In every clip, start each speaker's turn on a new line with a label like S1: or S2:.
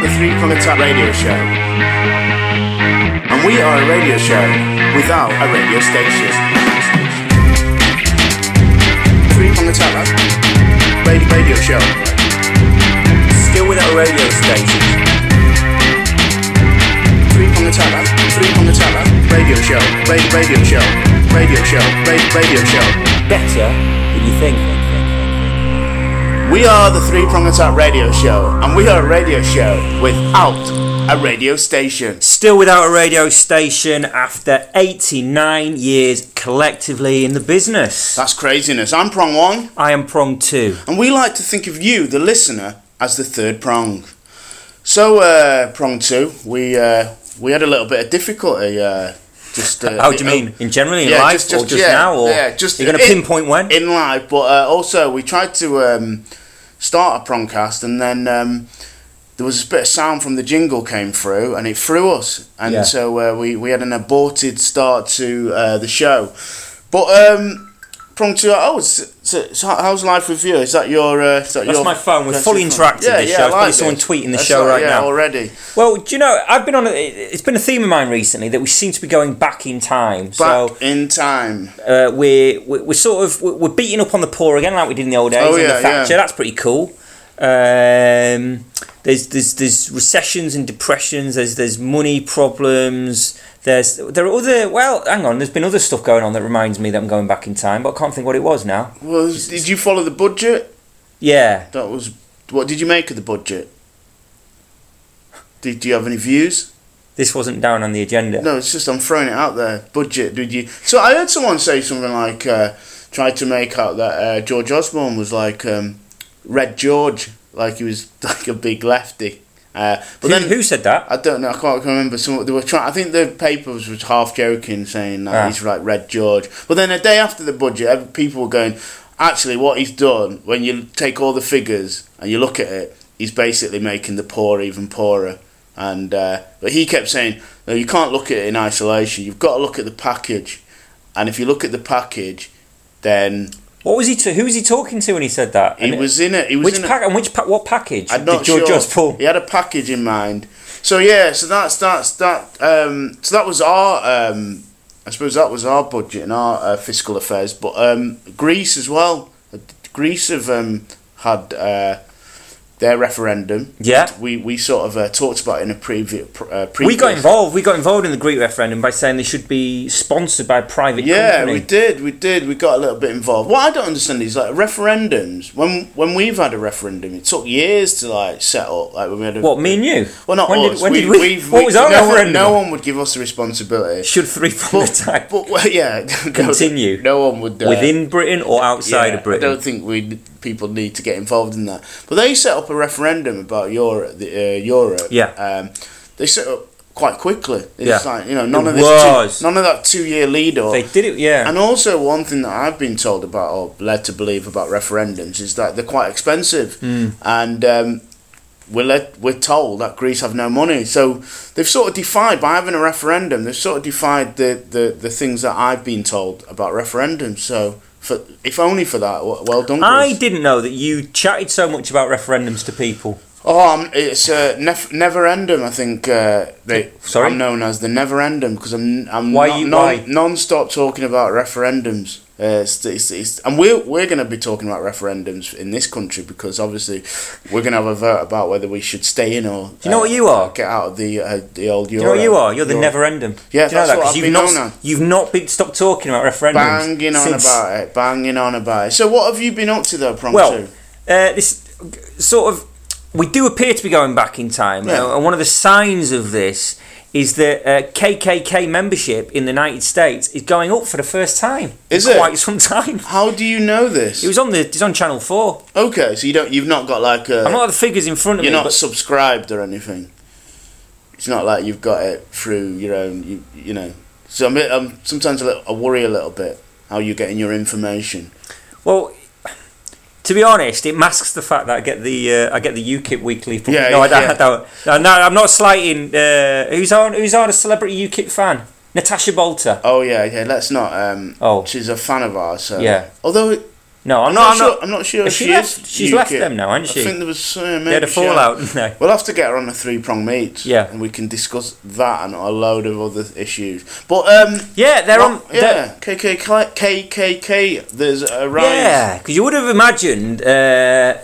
S1: Habitat Radio Show. And we are a radio show without a radio station. Three on the tower. Radio, radio show. Still without a radio station. Three on the tower. Three on the tower. Radio show. Radio, radio show. Radio show. Radio, radio show.
S2: Better than you think.
S1: We are the Three Prong Attack Radio Show, and we are a radio show without a radio station.
S2: Still without a radio station after 89 years collectively in the business.
S1: That's craziness. I'm Prong One,
S2: I am prong two.
S1: and we like to think of you, the listener, as the third prong. So, uh, Prong Two, we uh, we had a little bit of difficulty. Uh, just uh,
S2: How do you mean? In general, in
S1: yeah,
S2: life,
S1: just- just-
S2: or just
S1: yeah,
S2: now, or
S1: yeah, just
S2: you're going to
S1: in-
S2: pinpoint when?
S1: in live, but uh, also we tried to um, start a prongcast, and then um, there was a bit of sound from the jingle came through, and it threw us, and
S2: Yeah.
S1: so uh, we we had an aborted start to uh, the show. But um, prong two, oh, so, so, so how's life with you? Is that your? Uh, is that
S2: That's
S1: your-
S2: my phone. We're
S1: that's
S2: fully
S1: your phone?
S2: interactive.
S1: Yeah,
S2: this
S1: yeah,
S2: show.
S1: I
S2: There's probably
S1: like
S2: someone
S1: this.
S2: tweeting the
S1: That's
S2: show right
S1: yeah,
S2: now.
S1: already.
S2: Well, do you know? I've been on. A, it- it's been a theme of mine recently that we seem to be going back in time.
S1: Back
S2: so
S1: in time.
S2: uh, we're we're we're sort of we're we're beating up on the poor again, like we did in the old days
S1: Oh,
S2: under
S1: yeah,
S2: Thatcher.
S1: yeah.
S2: That's pretty cool. Um, there's there's there's recessions and depressions. There's there's money problems. There's there are other well, hang on. There's been other stuff going on that reminds me that I'm going back in time, but I can't think what it was now.
S1: Well, did you follow the budget?
S2: Yeah,
S1: That was what did you make of the budget? Did do you have any views?
S2: this wasn't down on the agenda.
S1: No, it's just I'm throwing it out there. Budget, did you? So I heard someone say something like, uh, tried to make out that uh, George Osborne was like um, Red George, like he was like a big lefty. Uh, but
S2: who,
S1: then
S2: who said that?
S1: I don't know. I can't remember. Some they were trying. I think the papers was half joking, saying that
S2: Ah.
S1: he's like Red George. But then a day after the budget, ev- people were going, actually, what he's done when you take all the figures and you look at it, he's basically making the poor even poorer. And uh, but he kept saying, no, you can't look at it in isolation. You've got to look at the package. And if you look at the package, then
S2: What was he? To, who was he talking to when he said that?
S1: he
S2: And-
S1: was in it. He was
S2: which
S1: in a-
S2: pack and which pack? What package
S1: I'm not
S2: did George
S1: sure.
S2: Osborne?
S1: He had a package in mind. So yeah, so that's that's that. Um, so that was our. Um, I suppose that was our budget and our uh, fiscal affairs. But um, Greece as well. Greece have um, had uh, their referendum.
S2: Yeah.
S1: We we sort of uh, talked about it in a previous. Pr- uh, previous.
S2: We got involved. We got involved in the Greek referendum by saying they should be sponsored by a private
S1: Yeah,
S2: company.
S1: we did, we did. We got a little bit involved. What I don't understand is like referendums. When when we've had a referendum, it took years to like set up. Like when we had a,
S2: What me and you?
S1: Well, not
S2: when
S1: us.
S2: Did, when
S1: we,
S2: did we?
S1: we've-
S2: what
S1: we-
S2: was our
S1: no
S2: referendum?
S1: One, no one would give us the responsibility.
S2: should three from the
S1: But,
S2: time
S1: but well, yeah, no-
S2: Continue.
S1: No, one would uh,
S2: within Britain or outside
S1: yeah,
S2: of
S1: I
S2: Britain?
S1: don't think we people need to get involved in that. But they set up a referendum about Europe. The, uh, Europe.
S2: Yeah.
S1: Um, they set up quite quickly. It's
S2: Yeah.
S1: like you know none
S2: It
S1: of this.
S2: was.
S1: Two, none of that two-year lead up.
S2: They did it. Yeah.
S1: And also, one thing that I've been told about or led to believe about referendums is that they're quite expensive,
S2: Hmm.
S1: and um, we're led, we're told that Greece have no money. So they've sort of defied by having a referendum. They've sort of defied the, the, the things that I've been told about referendums. So for if only for that, w- well done.
S2: I
S1: Greece.
S2: didn't know that you chatted so much about referendums to people.
S1: oh, I'm, it's uh, nef- Neverendum. I think uh, they.
S2: Sorry?
S1: I'm known as the Neverendum because I'm I'm
S2: Why
S1: not-
S2: you-
S1: non,
S2: why?
S1: non-stop talking about referendums. Uh, it's, it's, it's, and we're, we're going to be talking about referendums in this country because obviously we're going to have a vote about whether we should stay in or uh,
S2: you know what you are?
S1: get out of the uh, the old
S2: You
S1: euro.
S2: know what you are? You're the
S1: Euro.
S2: never endum.
S1: Yeah,
S2: Do you know
S1: that's what
S2: that? 'Cause
S1: I've
S2: you've
S1: been
S2: not
S1: known as.
S2: you've not been stopped talking about referendums.
S1: banging on
S2: since-
S1: about it, banging on about it. So what have you been up to though, Prong
S2: Well,
S1: Two?
S2: uh, this sort of we do appear to be going back in time,
S1: Yeah.
S2: and one of the signs of this is that uh, KKK membership in the United States is going up for the first time. in
S1: Is it?
S2: quite some time?
S1: How do you know this?
S2: It was on the it's on Channel Four.
S1: okay, so you don't you've not got like a
S2: I'm not at the figures in front of
S1: you're
S2: me,
S1: not
S2: but
S1: subscribed or anything. It's not like you've got it through your own, you, you know. So I'm, I'm sometimes a little, I worry a little bit how you're getting your information.
S2: well. To be honest, it masks the fact that I get the uh, I get the UKIP weekly. From,
S1: Yeah,
S2: no, I don't.
S1: yeah.
S2: I don't. No, no, I'm not slighting. Uh, who's on? Who's on a celebrity UKIP fan? Natasha Bolter.
S1: Oh yeah, yeah. Let's not. Um,
S2: Oh.
S1: she's a fan of ours. So
S2: Yeah.
S1: Although
S2: No, I'm,
S1: I'm
S2: not.
S1: not,
S2: I'm
S1: sure.
S2: not.
S1: I'm not sure.
S2: Has
S1: if
S2: she
S1: is
S2: left- she's left
S1: UKIP.
S2: them now, hasn't she?
S1: I think there was. Uh, maybe
S2: They had a
S1: she had-
S2: fallout. No.
S1: We'll have to get her on a three prong meet.
S2: Yeah.
S1: And we can discuss that and a load of other issues. But um
S2: Yeah, they're on.
S1: what-
S2: they're-
S1: yeah, KKK, KKK, there's a rise.
S2: Yeah, because you would have imagined uh,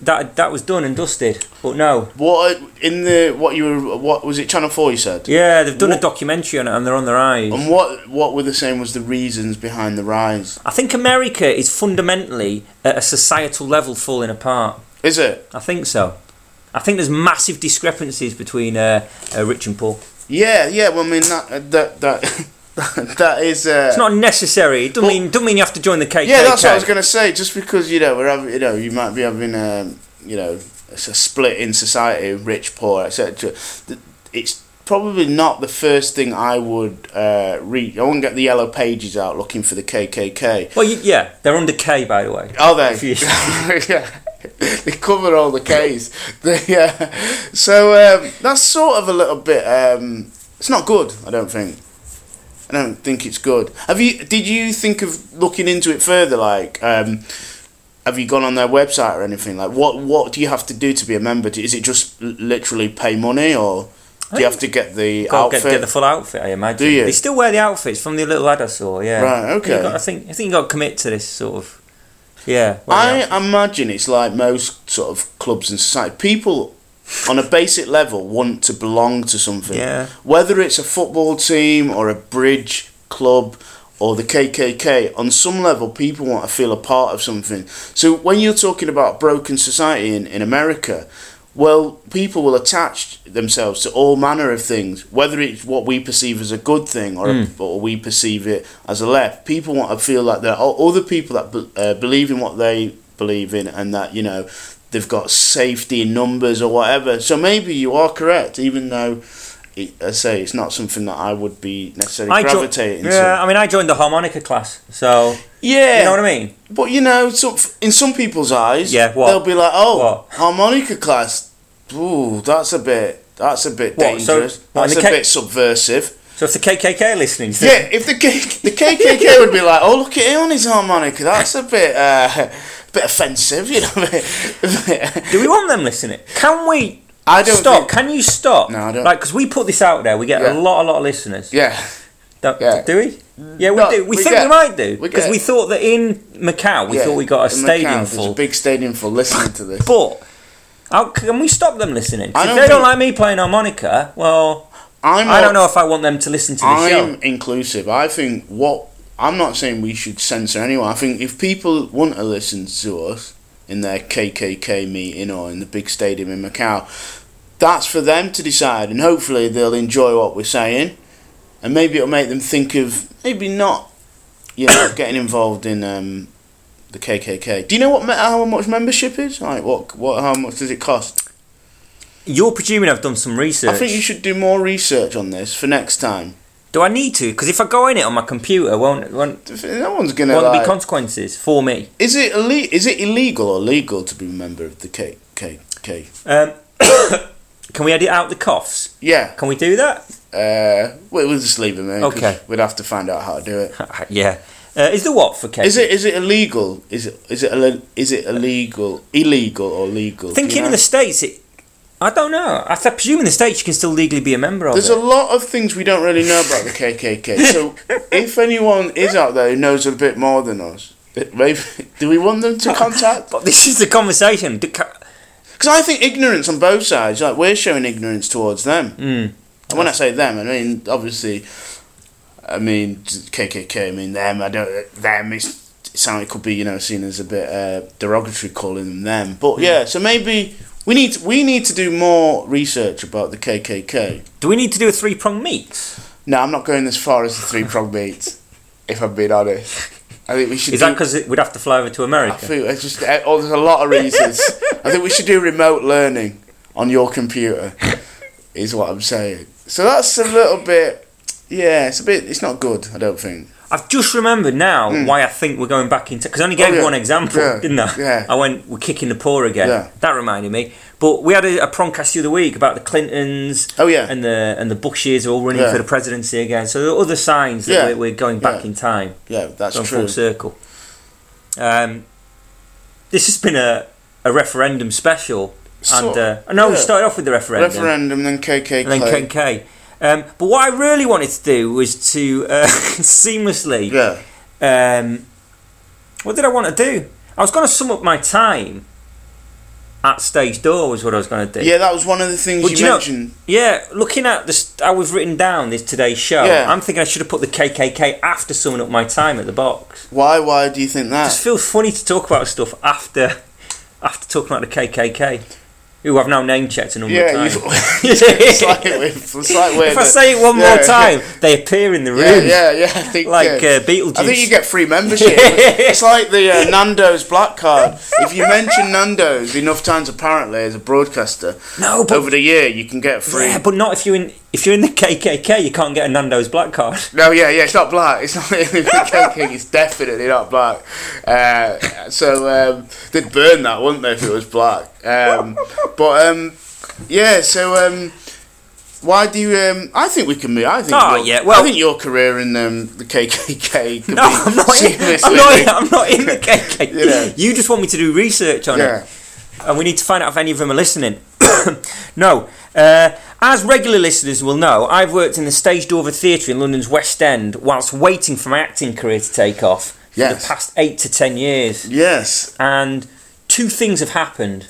S2: that that was done and dusted, but no.
S1: What in the what you were what was it Channel 4 you said?
S2: Yeah, they've done a
S1: What- Um,
S2: documentary on it and they're on their eyes.
S1: And what what were the same was the reasons behind the rise?
S2: I think America is fundamentally at a societal level falling apart.
S1: Is it?
S2: I think so. I think there's massive discrepancies between uh, uh, rich and poor.
S1: Yeah, yeah, well I mean that that that that is uh,
S2: It's not necessary. It doesn't
S1: Well-
S2: mean doesn't mean you have to join the KKK.
S1: Yeah, that's what I was going to say. Just because you know we're having, you know, you might be having a, you know, it's a split in society, rich, poor, etc. Th- It's probably not the first thing I would uh, read. I wouldn't get the yellow pages out looking for the KKK.
S2: Well, you, yeah, they're under K, by the way.
S1: Are Oh,
S2: If
S1: they?
S2: you-
S1: yeah. They cover all the K's. They, yeah. So um, that's sort of a little bit. Um, it's not good. I don't think. I don't think it's good. Have you? Did you think of looking into it further? Like, um, have you gone on their website or anything? Like, what what do you have to do to be a member? Do- Is it just l- literally pay money, or do you have to get the
S2: Got
S1: outfit?
S2: get, get the full outfit, I imagine.
S1: Do you?
S2: They still wear the outfits from the little lad I saw. Yeah.
S1: Right, okay.
S2: You've got- I think I think you got to commit to this sort of. Yeah. wear the
S1: I imagine it's like most sort of clubs and society. People, on a basic level, want to belong to something.
S2: Yeah.
S1: Whether it's a football team or a bridge club or the KKK, on some level, people want to feel a part of something. So when you're talking about broken society in, in America, well, people will attach themselves to all manner of things, whether it's what we perceive as a good thing or,
S2: Hmm.
S1: or we perceive it as a left. People want to feel like there are other people that be, uh, believe in what they believe in and that, you know, they've got safety in numbers or whatever. So maybe you are correct, even though, it, I say, it's not something that I would be necessarily
S2: I jo-
S1: gravitating
S2: Yeah,
S1: to.
S2: I mean, I joined the harmonica class, so
S1: Yeah.
S2: you know what I mean.
S1: But you know, so f- in some people's eyes,
S2: Yeah, what?
S1: they'll be like, "Oh,
S2: What?
S1: harmonica class. Ooh, that's a bit. That's a bit
S2: What, so-
S1: dangerous.
S2: what,
S1: that's
S2: the
S1: a
S2: K-
S1: bit subversive."
S2: So if the KKK are listening, to
S1: Yeah, if the K- the KKK would be like, "Oh, look at him on his harmonica. That's a bit, uh, bit offensive." You know. a bit- a bit-
S2: do we want them listening? Can we?
S1: I don't
S2: stop.
S1: think-
S2: Can you stop?
S1: No, I don't-
S2: Like, because we put this out there, we get
S1: Yeah.
S2: a lot, a lot of listeners.
S1: yeah,
S2: Don't-
S1: Yeah.
S2: Do we? Yeah, we
S1: No,
S2: do. We,
S1: we
S2: think
S1: get-
S2: we might do
S1: we
S2: because
S1: get-
S2: we thought that in Macau, we
S1: yeah.
S2: thought we got a
S1: In Macau,
S2: stadium
S1: there's
S2: full.
S1: A big stadium full. Listening to this.
S2: But how, can we stop them listening? 'Cause
S1: I
S2: If
S1: don't
S2: they don't
S1: think-
S2: like me playing harmonica, well,
S1: I'm
S2: I
S1: all-
S2: don't know if I want them to listen to the
S1: I'm
S2: show.
S1: inclusive. I think what I'm not saying we should censor anyone. I think if people want to listen to us in their KKK meeting or in the big stadium in Macau, that's for them to decide, and hopefully they'll enjoy what we're saying, and maybe it'll make them think of maybe not, you know, getting involved in um, the KKK. Do you know what me- how much membership is? Like what what how much does it cost?
S2: You're presuming I've done some research.
S1: I think you should do more research on this for next time.
S2: Do I need to? Because if I go in it on my computer, won't won't,
S1: No one's gonna
S2: won't there
S1: like,
S2: be consequences for me?
S1: Is it ille- is it illegal or legal to be a member of the K K K?
S2: Um, can we edit out the coughs?
S1: Yeah.
S2: Can we do that?
S1: Uh, we- we'll just leave them in. 'cause
S2: Okay.
S1: We'd have to find out how to do it.
S2: yeah. Uh, is the what for Kate?
S1: Is it is it illegal? Is it is it ille- is it illegal illegal or legal? Do
S2: Thinking
S1: you know?
S2: in the states, it, I don't know. I, th- presume in the states you can still legally be a member of
S1: There's
S2: it.
S1: a lot of things we don't really know about the KKK. So if anyone is out there who knows a bit more than us, th- maybe do we want them to contact?
S2: but this is the conversation. The ca-
S1: Because I think ignorance on both sides. Like we're showing ignorance towards them.
S2: Mm.
S1: And when I say them, I mean obviously, I mean KKK. I mean them. I don't them. It's, it sound it could be you know seen as a bit uh, derogatory calling them them.
S2: Hmm.
S1: But yeah, so maybe we need we need to do more research about the KKK.
S2: Do we need to do a three prong meet?
S1: No, I'm not going as far as the three prong beats. if I'm being honest, I think we should.
S2: Is
S1: do,
S2: that because we'd have to fly over to
S1: I
S2: America?
S1: think it's just oh, there's a lot of reasons. I think we should do remote learning on your computer. Is what I'm saying. So that's a little bit. Yeah, it's a bit. It's not good. I don't think.
S2: I've just remembered now why I think we're going back into because I only gave
S1: Hmm. Oh, yeah.
S2: one example,
S1: Yeah.
S2: didn't I?
S1: Yeah.
S2: I went we're kicking the poor again.
S1: Yeah.
S2: That reminded me. But we had a, a promcast the other week about the Clintons.
S1: Oh, yeah.
S2: And the and the Bushes are all running
S1: Yeah.
S2: for the presidency again. So there are other signs that
S1: Yeah.
S2: we're, we're going back
S1: Yeah.
S2: in time,
S1: Yeah, that's
S2: going
S1: true.
S2: full circle. Um, this has been a, a referendum special.
S1: Sort
S2: and uh, no, we
S1: yeah.
S2: started off with the referendum,
S1: Referendum, then KK
S2: and then
S1: Clay.
S2: KK. Um, but what I really wanted to do was to uh, seamlessly.
S1: yeah.
S2: Um, what did I want to do? I was going to sum up my time at stage door. Was what I was going to do.
S1: Yeah, that was one of the things
S2: Well, do
S1: you
S2: you know-
S1: mentioned.
S2: Yeah, looking at this, I was written down this today's show.
S1: Yeah.
S2: I'm thinking I should have put the KKK after summing up my time at the box.
S1: Why? Why do you think
S2: It
S1: that?
S2: just feels funny to talk about stuff after after talking about the KKK, who I've now name checked a number of
S1: yeah,
S2: times.
S1: you- it's like it's like weird.
S2: if I
S1: that-
S2: say it one
S1: yeah,
S2: more time, they appear in the room
S1: yeah, yeah, yeah. I think
S2: like
S1: yeah.
S2: uh, Beetlejuice.
S1: I think you get free membership. it's like the uh, Nando's black card. If you mention Nando's enough times, apparently as a broadcaster,
S2: no, but
S1: over the year you can get a free.
S2: yeah, but not if you're in if you're in the KKK, you can't get a Nando's black card.
S1: No, yeah, yeah, it's not black. It's not KKK. It's definitely not black. Uh, so um, they'd burn that, wouldn't they, if it was black? Um, but um, yeah, so um, why do you? Um, I think we can move. I think.
S2: Oh,
S1: your,
S2: yeah, well-
S1: I think your career in um, the KKK. Could
S2: No,
S1: be
S2: I'm not. In, I'm
S1: seamlessly-
S2: not. In, I'm not in the KKK.
S1: You know.
S2: You just want me to do research on it.
S1: Yeah,
S2: and we need to find out if any of them are listening. no. Uh, as regular listeners will know, I've worked in the staged over theatre in London's West End whilst waiting for my acting career to take off for
S1: Yes.
S2: the past eight to ten years.
S1: yes.
S2: And two things have happened.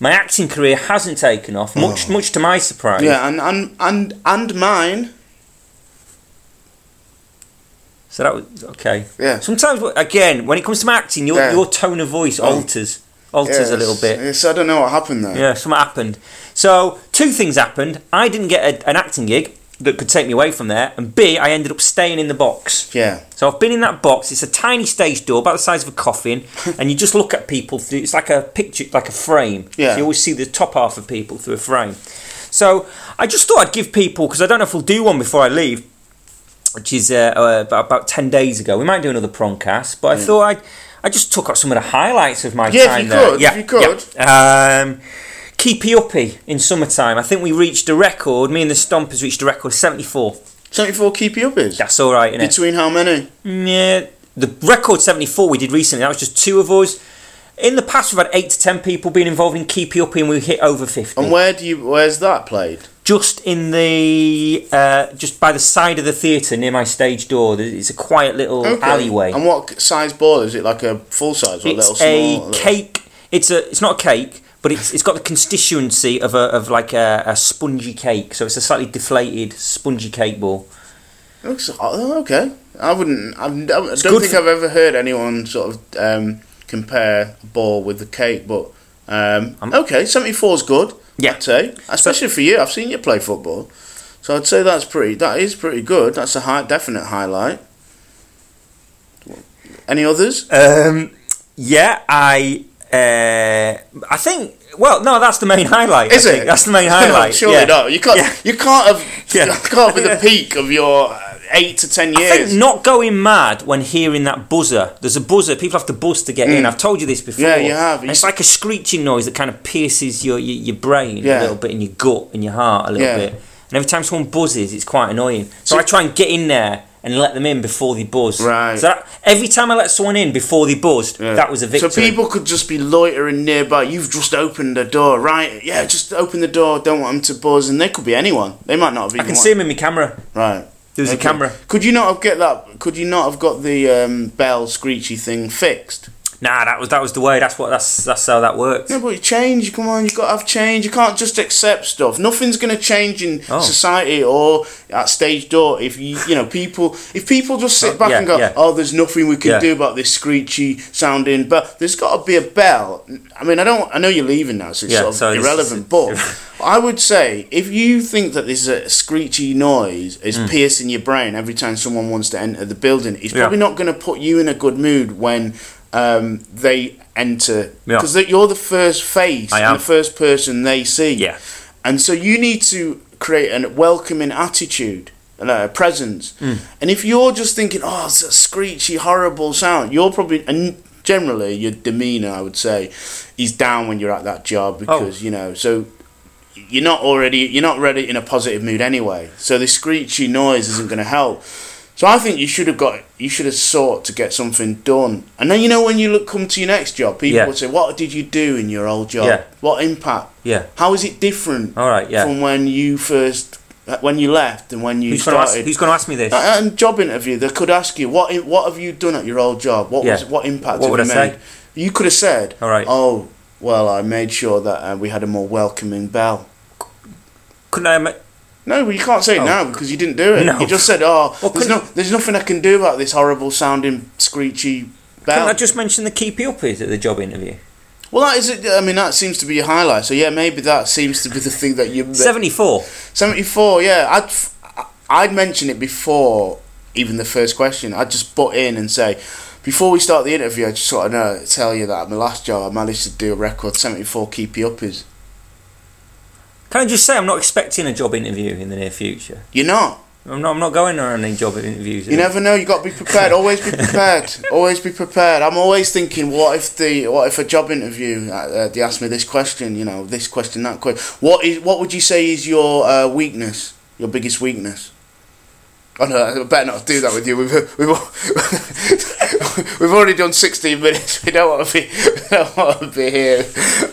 S2: My acting career hasn't taken off,
S1: Oh.
S2: much much to my surprise.
S1: Yeah, and and and and mine.
S2: So that was okay.
S1: Yeah.
S2: Sometimes, again, when it comes to my acting, your,
S1: Yeah.
S2: your tone of voice
S1: Oh.
S2: alters alters a
S1: Yes.
S2: little bit.
S1: Yes, I don't know what happened there.
S2: Yeah, something happened. So two things happened. I didn't get a, an acting gig that could take me away from there, and B, I ended up staying in the box.
S1: Yeah.
S2: So I've been in that box. It's a tiny stage door, about the size of a coffin, and you just look at people through. It's like a picture, like a frame. So
S1: Yeah.
S2: you always see the top half of people through a frame. So I just thought I'd give people because I don't know if we'll do one before I leave, which is uh, uh, about, about ten days ago. We might do another promcast, but I thought I'd. I just took out some of the highlights of my
S1: Yeah, if
S2: time
S1: you
S2: there.
S1: could, if
S2: yeah,
S1: you could.
S2: yeah. Um, Keepy Uppy in summertime. I think we reached a record. Me and the Stompers reached a record of 74.
S1: Seventy-four keep you up is
S2: That's all right, innit?
S1: between how many?
S2: Yeah, the record 74 we did recently, that was just two of us. In the past, we've had eight to ten people being involved in Keep You Up, and we hit over 50.
S1: And where do you? Where's that played?
S2: just in the, uh, just by the side of the theatre near my stage door, there- it's a quiet little
S1: Okay.
S2: alleyway.
S1: And what size ball is it? Like a full size or a little
S2: it's
S1: small?
S2: a
S1: little-
S2: cake, it's a, it's not a cake, but it's, it's got the constituency of a, of like a, a spongy cake, so it's a slightly deflated spongy cake ball.
S1: Looks- oh, okay. I wouldn't. I'm, I am i do
S2: good
S1: not think
S2: for-
S1: I've ever heard anyone sort of um, compare a ball with the cake, but um,
S2: I'm-
S1: okay, seventy four is good.
S2: Yeah.
S1: I'd say, especially for you. I've seen you play football, so I'd say that's pretty. That is pretty good. That's a high, definite highlight. Any others?
S2: Um, yeah, I. Uh, I think. Well, no, that's the main highlight. I
S1: Is
S2: think.
S1: it?
S2: That's the main
S1: No,
S2: highlight.
S1: surely
S2: yeah.
S1: not. You can't.
S2: Yeah.
S1: You can't have.
S2: Yeah.
S1: You can't be the
S2: Yeah.
S1: peak of your uh, eight to ten
S2: I
S1: years.
S2: think not going mad when hearing that buzzer. There's a buzzer. People have to buzz to get in. I've told you this before.
S1: Mm. Yeah, you have.
S2: And it's like a screeching noise that kind of pierces your your, your brain a
S1: Yeah.
S2: little bit and your gut and your heart a little
S1: Yeah.
S2: bit. And every time someone buzzes, it's quite annoying. So,
S1: So-
S2: I try and get in there and let them in before they buzz.
S1: Right.
S2: So that, every time I let someone in before they buzzed,
S1: Yeah.
S2: that was a victory.
S1: So people could just be loitering nearby. You've just opened the door, right? Yeah, just open the door. Don't want them to buzz, and they could be anyone. They might not have
S2: I
S1: even.
S2: can
S1: wa-
S2: see him in my camera.
S1: Right.
S2: There was a
S1: Okay.
S2: camera.
S1: Could you not have get that? Could you not have got the um, bell screechy thing fixed?
S2: Nah, that was that was the way. That's what that's that's how that worked.
S1: No, but you change. Come on, you've got to have change. You can't just accept stuff. Nothing's going to change in
S2: Oh.
S1: society or at stage door if you, you know, people. If people just sit
S2: Oh,
S1: back
S2: yeah,
S1: and go,
S2: yeah.
S1: "Oh, there's nothing we can
S2: Yeah.
S1: do about this screechy sounding bell," there's got to be a bell. I mean, I don't. I know you're leaving now, so it's
S2: Yeah,
S1: sort of
S2: so it's-
S1: irrelevant. but I would say if you think that this uh, screechy noise is piercing your brain every time someone wants to enter the building, it's
S2: Mm. Yeah.
S1: probably not going to put you in a good mood when. Um, they enter
S2: Yeah.
S1: because that you're the first face
S2: I am.
S1: and the first person they see.
S2: Yeah.
S1: And so you need to create a welcoming attitude and a presence.
S2: Hmm.
S1: And if you're just thinking, oh, it's a screechy, horrible sound, you're probably, and generally your demeanor, I would say, is down when you're at that
S2: Oh.
S1: job because, you know, so you're not already, you're not ready in a positive mood anyway. So the screechy noise isn't going to help. So I think you should have got you should have sought to get something done, and then you know when you look come to your next job, people
S2: Yeah.
S1: would say, "What did you do in your old job?
S2: Yeah.
S1: What impact?
S2: Yeah.
S1: How is it different
S2: All right. Yeah.
S1: from when you first when you left and when you
S2: Who's going to ask?
S1: started?"
S2: Who's going to ask me this?
S1: At a job interview, they could ask you, "What i- what have you done at your old job? What
S2: Yeah.
S1: was what impact
S2: What
S1: have
S2: would
S1: you
S2: I say?
S1: made?" You could have said,
S2: All right.
S1: "Oh, well, I made sure that uh, we had a more welcoming bell."
S2: Couldn't I? ma-
S1: No, but you can't say it
S2: Oh.
S1: now because you didn't do it.
S2: No.
S1: You just said, "Oh,
S2: Well,
S1: there's no,
S2: couldn't-
S1: there's nothing I can do about this horrible sounding screechy
S2: Couldn't
S1: bell."
S2: I just mention the key pupils at the job interview?
S1: well, that is it. I mean, that seems to be your highlight. So yeah, maybe that seems to be the thing that you
S2: Seventy-four.
S1: 74, yeah. I'd, f- I- I'd mention it before even the first question. I'd just butt in and say, before we start the interview, I just sort of know, tell you that at my last job, I managed to do a record 74 keepy uppers.
S2: Can I just say I'm not expecting a job interview in the near future?
S1: You're not.
S2: I'm not. I'm not going on any job interviews.
S1: You never know. You got to be prepared. Always be prepared. always be prepared. I'm always thinking, what if the what if a job interview uh, uh, they ask me this question? You know, this question, that question. What is what would you say is your uh, weakness? Your biggest weakness? Oh no, I better not do that with you. We've we've, al- we've already done 16 minutes. We don't want to be we don't want to be here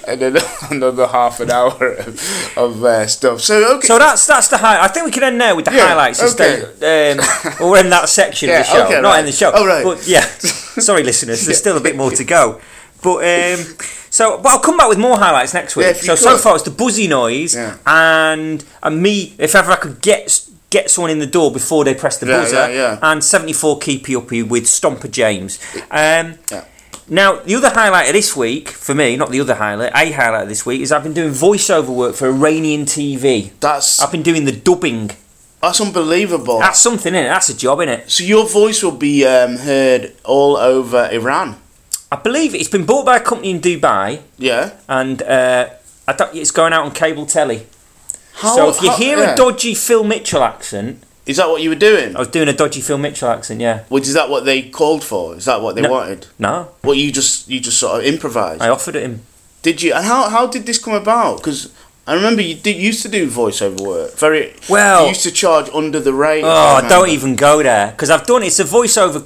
S1: in another, another half an hour of, of uh, stuff. So okay,
S2: So that's that's the high. I think we can end there with the
S1: Yeah,
S2: highlights
S1: okay.
S2: instead. Um, well, we're in that section
S1: Yeah,
S2: of the show,
S1: okay,
S2: not
S1: right.
S2: in the show.
S1: Oh, right.
S2: But yeah, sorry, listeners. There's still a bit more to go. But um, so, but I'll come back with more highlights next week.
S1: Yeah, if
S2: so
S1: you
S2: so
S1: could.
S2: far it's the buzzy noise
S1: Yeah.
S2: and and me. If ever I could get get someone in the door before they press the
S1: Yeah,
S2: buzzer.
S1: yeah, yeah.
S2: And 74 keepy uppy with Stomper James. Um,
S1: Yeah.
S2: Now, the other highlight of this week, for me, not the other highlight, a highlight of this week, is I've been doing voiceover work for Iranian TV.
S1: that's
S2: I've been doing the dubbing.
S1: that's unbelievable.
S2: That's something in it. That's a job in it.
S1: So your voice will be um, heard all over Iran.
S2: I believe it's been bought by a company in Dubai,
S1: Yeah.
S2: and uh, I thought it's going out on cable telly.
S1: How,
S2: so if you
S1: how-
S2: hear
S1: Oh, yeah.
S2: a dodgy Phil Mitchell accent,
S1: is that what you were doing?
S2: I was doing a dodgy Phil Mitchell accent. Yeah,
S1: Which is that what they called for? Is that what they
S2: No.
S1: wanted?
S2: no,
S1: What you just you just sort of improvised?
S2: I offered it him.
S1: did you? And how how did this come about? Because I remember you did, used to do voiceover work. Very
S2: Well-
S1: You used to charge under the rate.
S2: Oh,
S1: I
S2: don't
S1: remember.
S2: even go there because I've done. It's a voiceover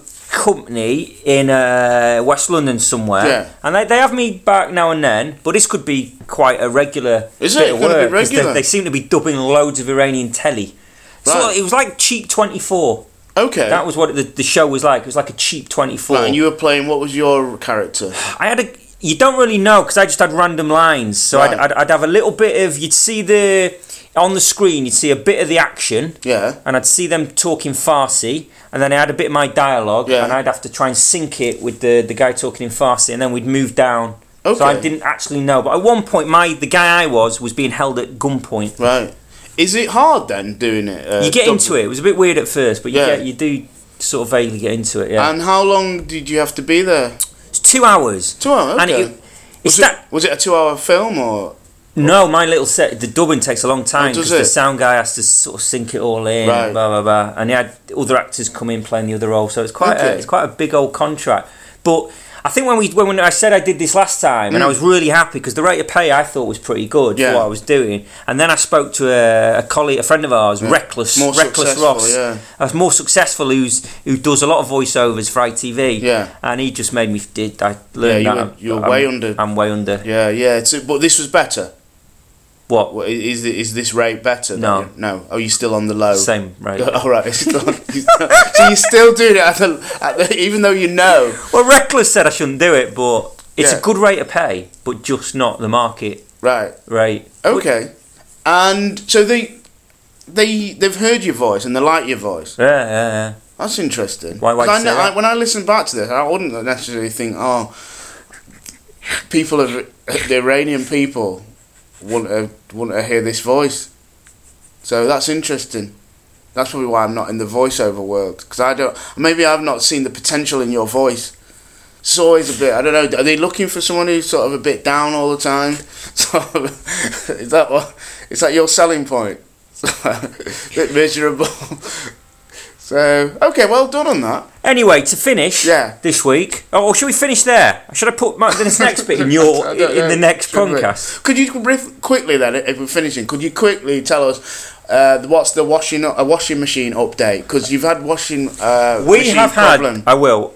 S2: company in uh, West London somewhere,
S1: Yeah.
S2: and they, they have me back now and then. But this could be quite a regular
S1: Is
S2: bit
S1: it?
S2: of
S1: Gonna be
S2: work 'cause
S1: regular?
S2: They, they seem to be dubbing loads of Iranian telly. So
S1: Right.
S2: it was like cheap twenty four.
S1: Okay.
S2: That was what the, the show was like. It was like a cheap twenty four.
S1: Uh, Right, and you were playing. What was your character?
S2: I had a. You don't really know because I just had random lines. So I'd,
S1: Right.
S2: I'd, I'd have a little bit of. You'd see the on the screen. You'd see a bit of the action,
S1: Yeah.
S2: and I'd see them talking Farsi, and then I had a bit of my dialogue,
S1: Yeah.
S2: and I'd have to try and sync it with the the guy talking in Farsi, and then we'd move down.
S1: Okay.
S2: So I didn't actually know, but at one point, my the guy I was was being held at gunpoint.
S1: Right. Is it hard then doing it? Uh,
S2: You get into it. It was a bit weird at first, but you
S1: Yeah.
S2: get you do sort of vaguely get into it. Yeah,
S1: And how long did you have to be there?
S2: it's two hours,
S1: Two hours. Okay.
S2: and it, it's
S1: was,
S2: that.
S1: it, was it a two-hour film or?
S2: No, my little set. The dubbing takes a long time
S1: Oh, does
S2: because the
S1: it?
S2: sound guy has to sort of sync it all in,
S1: Right.
S2: blah blah blah. And he had other actors come in playing the other role, so it's quite a,
S1: Okay.
S2: it's quite a big old contract. But I think when we when, when I said I did this last time, and I was really happy because the rate of pay I thought was pretty good
S1: Mm. Yeah.
S2: for what I was doing. And then I spoke to a, a colleague, a friend of ours, Reckless,
S1: More
S2: Reckless
S1: successful,
S2: Ross.
S1: yeah.
S2: I was more successful who's who does a lot of voiceovers for ITV.
S1: Yeah.
S2: and he just made me did I learned
S1: you
S2: that
S1: were- you were
S2: I'm-
S1: way under.
S2: I'm way under.
S1: Yeah, yeah. It's, but this was better.
S2: What?
S1: What- Is thi- is this rate better? than
S2: No.
S1: you- no. Oh, you're still on the low.
S2: Same rate.
S1: All right. It's not, it's not- so you're still doing it, at the, at the, even though you know.
S2: Well, Reckless said I shouldn't do it, but it's
S1: Yeah.
S2: a good rate of pay, but just not the market
S1: Right.
S2: rate.
S1: Okay. And so they they they've heard your voice and they like your voice.
S2: Yeah, yeah, yeah.
S1: That's interesting.
S2: Why- why
S1: 'Cause I,
S2: you say
S1: kn- I-
S2: that?
S1: when I listen back to this, I wouldn't necessarily think, oh, people of the Iranian people want to want to hear this voice. So that's interesting. That's probably why I'm not in the voiceover world because I don't. Maybe I've not seen the potential in your voice. It's always a bit. I don't know. Are they looking for someone who's sort of a bit down all the time? Sort of, is that what? Is that your selling point? a bit miserable. So okay, well done on that.
S2: Anyway, to finish
S1: Yeah.
S2: this week. Oh, should we finish there? Should I put my, this next bit in your
S1: I
S2: in
S1: don't know.
S2: the next
S1: Should we?
S2: podcast?
S1: Could you riff quickly then, if we're finishing? Could you quickly tell us uh, what's the washing a washing machine update? Because you've had washing. Uh,
S2: We
S1: machine
S2: have had.
S1: problem.
S2: I will.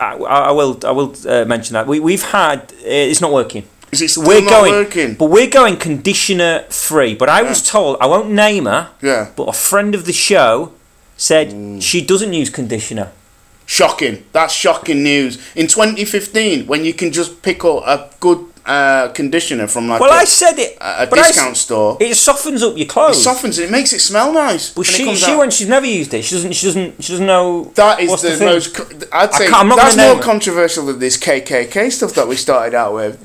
S2: I, I- I will. I will uh, mention that we we've had. Uh, it's not working.
S1: Is it still
S2: we're
S1: not
S2: going,
S1: working?
S2: but we're going conditioner free. But I was told I won't name her.
S1: Yeah.
S2: But a friend of the show said
S1: Mm.
S2: she doesn't use conditioner.
S1: Shocking. That's shocking news. In 2015, when you can just pick up a good uh, conditioner from like
S2: Well,
S1: a
S2: I said it.
S1: a- a
S2: but I s-
S1: discount store.
S2: It softens up your
S1: it
S2: clothes.
S1: softens it, it makes it smell nice.
S2: Well,
S1: and it
S2: she
S1: comes
S2: she
S1: out-
S2: went. She's never used it. She doesn't. She doesn't. She doesn't know.
S1: That is
S2: what's
S1: the,
S2: thing.
S1: most. co- I'd say
S2: can't- I'm not
S1: that's
S2: gonna name
S1: more
S2: it.
S1: controversial than this KKK stuff that we started out with.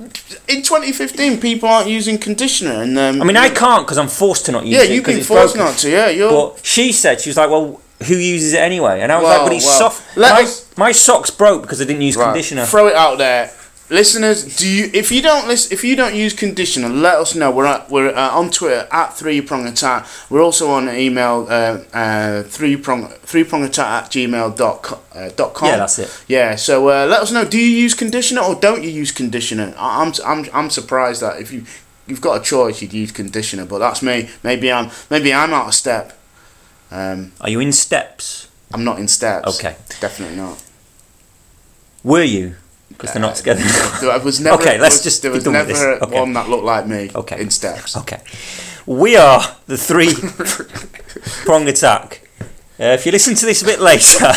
S1: In 2015, people aren't using conditioner, and um,
S2: I mean, I can't because I'm forced to not use
S1: yeah,
S2: it.
S1: you've
S2: 'cause
S1: been
S2: it's
S1: forced
S2: broken.
S1: not to. Yeah, you're.
S2: But she said she was like, "Well, who uses it anyway?" And I was
S1: Well,
S2: like, "But it's
S1: well,
S2: soft.
S1: let
S2: My,
S1: us-
S2: my socks broke because I didn't use
S1: Right,
S2: conditioner."
S1: Throw it out there, listeners. Do you if you don't listen, if you don't use conditioner, let us know. We're at, we're uh, on Twitter at three prong attack. We're also on email uh, uh, three prong three prong attack at gmail dot co- uh, dot com.
S2: Yeah, that's it.
S1: Yeah, so uh, let us know. Do you use conditioner or don't you use conditioner? I, I'm I'm I'm surprised that if you you've got a choice, you'd use conditioner. But that's me. Maybe I'm maybe I'm out of step. Um,
S2: Are you in steps?
S1: I'm not in steps.
S2: Okay.
S1: definitely not.
S2: Were you? Because they're not together.
S1: Uh, There was never.
S2: Okay, let's
S1: was-
S2: just
S1: There
S2: be
S1: was
S2: done with
S1: never
S2: this. Okay.
S1: one that looked like me.
S2: Okay.
S1: In steps.
S2: okay. We are the three prong attack. Uh, if you listen to this a bit later,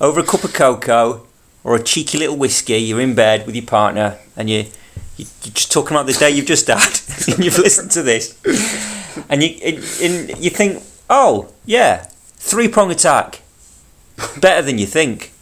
S2: over a cup of cocoa or a cheeky little whiskey, you're in bed with your partner and you, you, you're just talking about the day you've just had and you've listened to this and you, and, and you think, oh, yeah, three prong attack. Better than you think.